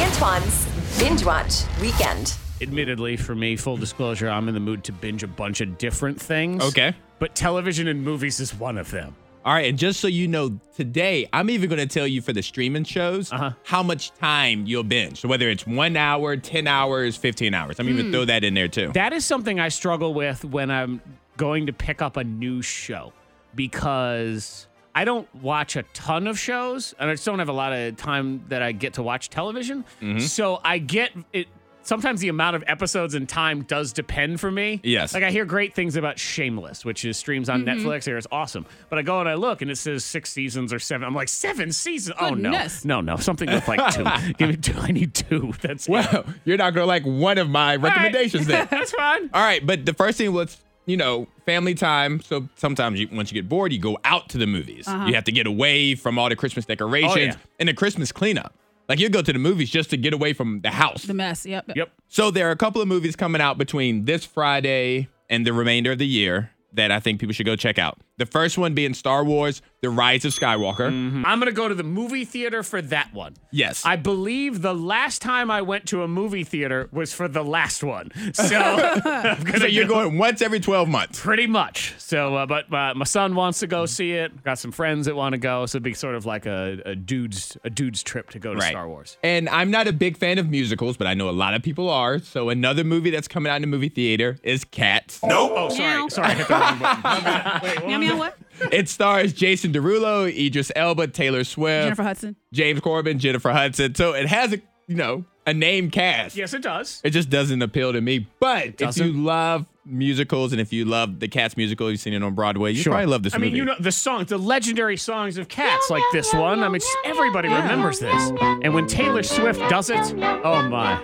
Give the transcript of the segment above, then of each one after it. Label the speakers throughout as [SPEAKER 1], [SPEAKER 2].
[SPEAKER 1] Antoine's Binge Watch Weekend.
[SPEAKER 2] Admittedly, for me, full disclosure, I'm in the mood to binge a bunch of different things.
[SPEAKER 3] Okay.
[SPEAKER 2] But television and movies is one of them.
[SPEAKER 3] All right, and just so you know, today I'm even going to tell you for the streaming shows
[SPEAKER 2] Uh-huh.
[SPEAKER 3] how much time you'll binge. So whether it's one hour, ten hours, fifteen hours, I'm even throw that in there too.
[SPEAKER 2] Hmm. That is something I struggle with when I'm going to pick up a new show because I don't watch a ton of shows and I just don't have a lot of time that I get to watch television.
[SPEAKER 3] Mm-hmm.
[SPEAKER 2] So I get it. Sometimes the amount of episodes and time does depend for me.
[SPEAKER 3] Yes.
[SPEAKER 2] Like I hear great things about Shameless, which is streams on Netflix here. It's awesome. But I go and I look and it says six seasons or seven. I'm like, seven seasons?
[SPEAKER 4] Goodness.
[SPEAKER 2] Oh, no. No, no. Something with like two. Give me two. I need two. That's it.
[SPEAKER 3] Well, you're not going to like one of my
[SPEAKER 2] All right.
[SPEAKER 3] recommendations there.
[SPEAKER 2] That's fine.
[SPEAKER 3] All right, but the first thing was, you know, family time. So sometimes you, once you get bored, you go out to the movies. You have to get away from all the Christmas decorations
[SPEAKER 2] Uh-huh. Oh, yeah.
[SPEAKER 3] and the Christmas cleanup. Like you go to the movies just to get away from the house.
[SPEAKER 4] The mess. Yep.
[SPEAKER 2] Yep.
[SPEAKER 3] so there are a couple of movies coming out between this Friday and the remainder of the year that I think people should go check out. The first one being Star Wars: The Rise of Skywalker.
[SPEAKER 2] I'm going to go to the movie theater for that one.
[SPEAKER 3] Yes.
[SPEAKER 2] I believe the last time I went to a movie theater was for the last one. So I'm gonna
[SPEAKER 3] So you're
[SPEAKER 2] go
[SPEAKER 3] going once every 12 months.
[SPEAKER 2] pretty much. So, uh, but my, my son wants to go see it. Got some friends that want to go. So it'd be sort of like a, a dude's a dude's trip to go to Star Wars.
[SPEAKER 3] And I'm not a big fan of musicals, but I know a lot of people are. So another movie that's coming out in the movie theater is Cats.
[SPEAKER 2] Oh, sorry,
[SPEAKER 4] Meow.
[SPEAKER 2] sorry, I hit the wrong button. My bad. Wait, what was
[SPEAKER 4] Meow meow
[SPEAKER 2] it?
[SPEAKER 4] what?
[SPEAKER 3] It stars Jason Derulo, Idris Elba, Taylor Swift,
[SPEAKER 4] Jennifer Hudson.
[SPEAKER 3] James Corbin, Jennifer Hudson. So it has a you know a name cast.
[SPEAKER 2] Yes, it does.
[SPEAKER 3] It just doesn't appeal to me. But if you
[SPEAKER 2] doesn't?
[SPEAKER 3] love musicals and if you love the Cats musical, you've seen it on Broadway, you probably love this
[SPEAKER 2] I
[SPEAKER 3] movie.
[SPEAKER 2] mean, you know the songs, the legendary songs of Cats, like this one. I mean, just everybody remembers this. And when Taylor Swift does it, oh my!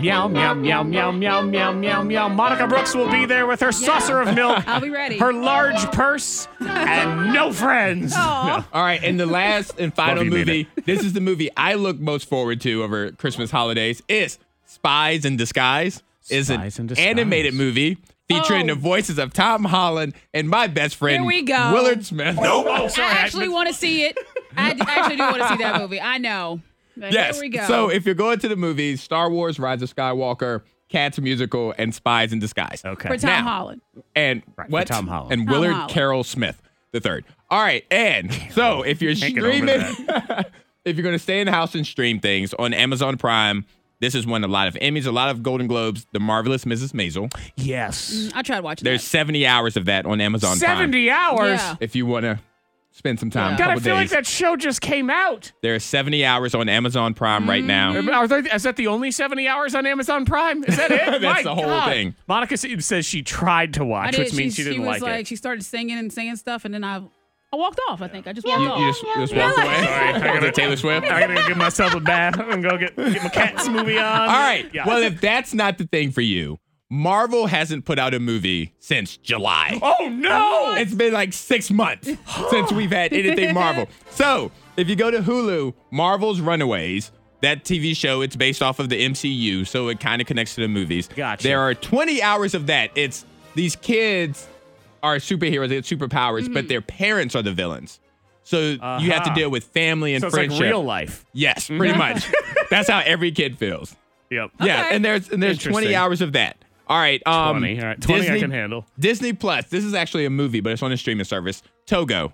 [SPEAKER 2] Meow, meow, meow, meow, meow, meow, meow, meow. Monica Brooks will be there with her saucer of milk,
[SPEAKER 4] I'll be ready.
[SPEAKER 2] her large purse, and no friends.
[SPEAKER 4] Aw.
[SPEAKER 3] All right, and the last and final
[SPEAKER 2] Love you,
[SPEAKER 3] movie, this is the movie I look most forward to over Christmas holidays, is Spies in Disguise. Is an
[SPEAKER 2] Spies in Disguise.
[SPEAKER 3] animated movie featuring
[SPEAKER 4] Oh.
[SPEAKER 3] the voices of Tom Holland and my best friend
[SPEAKER 4] Here we go.
[SPEAKER 3] Willard Smith.
[SPEAKER 2] Oh, sorry.
[SPEAKER 4] I
[SPEAKER 2] I-
[SPEAKER 4] actually want to see it. I d- actually do want to see that movie. I know. But
[SPEAKER 3] Yes.
[SPEAKER 4] Here we go.
[SPEAKER 3] So if you're going to the movies, Star Wars, Rise of Skywalker, Cats musical, and Spies in Disguise.
[SPEAKER 2] okay.
[SPEAKER 4] for Tom
[SPEAKER 3] now-
[SPEAKER 4] Holland.
[SPEAKER 3] And
[SPEAKER 2] Right, for
[SPEAKER 3] what?
[SPEAKER 2] Tom Holland.
[SPEAKER 3] And
[SPEAKER 4] Tom
[SPEAKER 3] Willard
[SPEAKER 4] Holland.
[SPEAKER 3] Carroll Smith the third. All right. And so if you're
[SPEAKER 2] Can't get over
[SPEAKER 3] streaming, if you're going to stay in the house and stream things on Amazon Prime, this is one a lot of Emmys, a lot of Golden Globes, The Marvelous Mrs. Maisel.
[SPEAKER 2] Yes.
[SPEAKER 4] I tried watching
[SPEAKER 3] There's 70 hours of that on Amazon Prime.
[SPEAKER 2] Seventy hours.
[SPEAKER 4] Yeah.
[SPEAKER 3] If you want to spend some time,
[SPEAKER 4] Yeah.
[SPEAKER 3] a
[SPEAKER 2] God, I
[SPEAKER 3] couple
[SPEAKER 2] feel like
[SPEAKER 3] days,
[SPEAKER 2] that show just came out.
[SPEAKER 3] there are 70 hours on Amazon Prime
[SPEAKER 2] Mm.
[SPEAKER 3] right now.
[SPEAKER 2] Are there, is that the only 70 hours on Amazon Prime? Is that it?
[SPEAKER 3] That's
[SPEAKER 2] My
[SPEAKER 3] the whole
[SPEAKER 2] God.
[SPEAKER 3] thing.
[SPEAKER 2] Monica s- says she tried to
[SPEAKER 4] that. I
[SPEAKER 2] watch,
[SPEAKER 4] did.
[SPEAKER 2] which means she, didn't
[SPEAKER 4] was
[SPEAKER 2] like,
[SPEAKER 4] like,
[SPEAKER 2] it.
[SPEAKER 4] she started singing and singing stuff, and then I, I walked off. I think I just walked
[SPEAKER 3] You,
[SPEAKER 4] off.
[SPEAKER 3] you just, you just walked away.
[SPEAKER 2] Sorry, I gotta-
[SPEAKER 3] Was it Taylor Swift.
[SPEAKER 2] I gotta go give myself a bath. I'm gonna go get, get my cat's movie on.
[SPEAKER 3] All right.
[SPEAKER 2] Yeah.
[SPEAKER 3] Well, if that's not the thing for you, Marvel hasn't put out a movie since July.
[SPEAKER 2] oh no!
[SPEAKER 3] It's been like six months since we've had anything Marvel. So if you go to Hulu, Marvel's Runaways, that TV show, it's based off of the MCU, so it kind of connects to the movies.
[SPEAKER 2] Gotcha.
[SPEAKER 3] There are 20 hours of that. It's these kids are superheroes, they have superpowers, but their parents are the villains. So you have to
[SPEAKER 2] Mm. Uh-huh.
[SPEAKER 3] deal with family and
[SPEAKER 2] so it's
[SPEAKER 3] friendship.
[SPEAKER 2] like real life.
[SPEAKER 3] Yes, pretty much. That's how every kid feels.
[SPEAKER 2] Yep.
[SPEAKER 3] Yeah,
[SPEAKER 4] Okay.
[SPEAKER 3] and there's and there's 20
[SPEAKER 2] Interesting.
[SPEAKER 3] hours of that. All right, um,
[SPEAKER 2] 20, all right, 20 I
[SPEAKER 3] Disney,
[SPEAKER 2] can handle.
[SPEAKER 3] Disney Plus. This is actually a movie, but it's on a streaming service. Togo.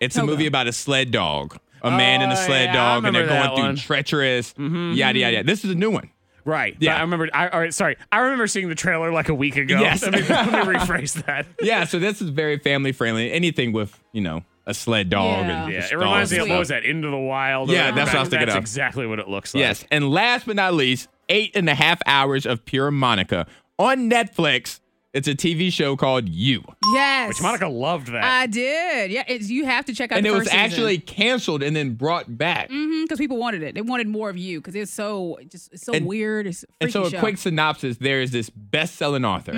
[SPEAKER 3] It's
[SPEAKER 4] Togo.
[SPEAKER 3] a movie about a sled dog, a man and a
[SPEAKER 2] Oh,
[SPEAKER 3] sled
[SPEAKER 2] yeah, I
[SPEAKER 3] dog, and they're
[SPEAKER 2] remember
[SPEAKER 3] going
[SPEAKER 2] that
[SPEAKER 3] through
[SPEAKER 2] one. Mm-hmm,
[SPEAKER 3] treacherous. Yada yada yada. This is a new one.
[SPEAKER 2] Right.
[SPEAKER 3] Yeah.
[SPEAKER 2] But I remember. I, all right. Sorry. I remember seeing the trailer like a week ago.
[SPEAKER 3] Yes.
[SPEAKER 2] Let me, let me rephrase that.
[SPEAKER 3] Yeah, so this is very family friendly. Anything with you know a sled dog.
[SPEAKER 4] Yeah.
[SPEAKER 3] And
[SPEAKER 2] Yeah.
[SPEAKER 3] just
[SPEAKER 2] It reminds
[SPEAKER 3] dogs
[SPEAKER 2] me
[SPEAKER 3] and
[SPEAKER 2] of what was
[SPEAKER 3] stuff.
[SPEAKER 2] that? Into the Wild. or
[SPEAKER 3] Yeah,
[SPEAKER 2] whatever.
[SPEAKER 3] that's what I was thinking
[SPEAKER 2] That's
[SPEAKER 3] of.
[SPEAKER 2] exactly what it looks like.
[SPEAKER 3] Yes, and last but not least, eight and a half hours of pure Monica on Netflix. It's a TV show called You.
[SPEAKER 4] yes.
[SPEAKER 2] Which Monica loved that.
[SPEAKER 4] I did. Yeah. It's, you have to check out.
[SPEAKER 3] and
[SPEAKER 4] the
[SPEAKER 3] it was
[SPEAKER 4] first season. Mm-hmm.
[SPEAKER 3] actually canceled and then brought back.
[SPEAKER 4] because people wanted it. They wanted more of you because it's so just it's so
[SPEAKER 3] And-
[SPEAKER 4] weird. It's a
[SPEAKER 3] And
[SPEAKER 4] freaky
[SPEAKER 3] so, a
[SPEAKER 4] show. Mm-hmm.
[SPEAKER 3] quick synopsis: there is this best-selling author,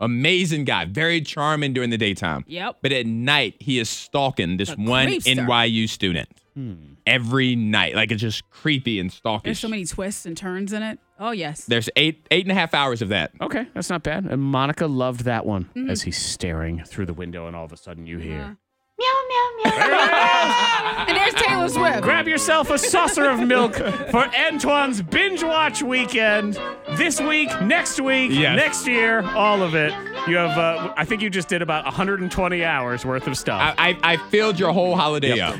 [SPEAKER 3] amazing guy, very charming during the daytime.
[SPEAKER 4] Yep.
[SPEAKER 3] But at night, he is stalking this one
[SPEAKER 4] creepster.
[SPEAKER 3] NYU student every night. Like it's just creepy and stalkish.
[SPEAKER 4] There's so many twists and turns in it. Oh yes.
[SPEAKER 3] There's eight eight and a half hours of that.
[SPEAKER 2] Okay, that's not bad. And Monica loved that one as he's staring through the window, and all of a sudden you hear.
[SPEAKER 5] Meow, meow,
[SPEAKER 4] And there's Taylor Swift.
[SPEAKER 2] Grab yourself a saucer of milk for Antoine's binge watch weekend this week, next week,
[SPEAKER 3] Yes.
[SPEAKER 2] next year, all of it. You have, uh, I think you just did about 120 hours worth of stuff.
[SPEAKER 3] I, I, I filled your whole holiday up.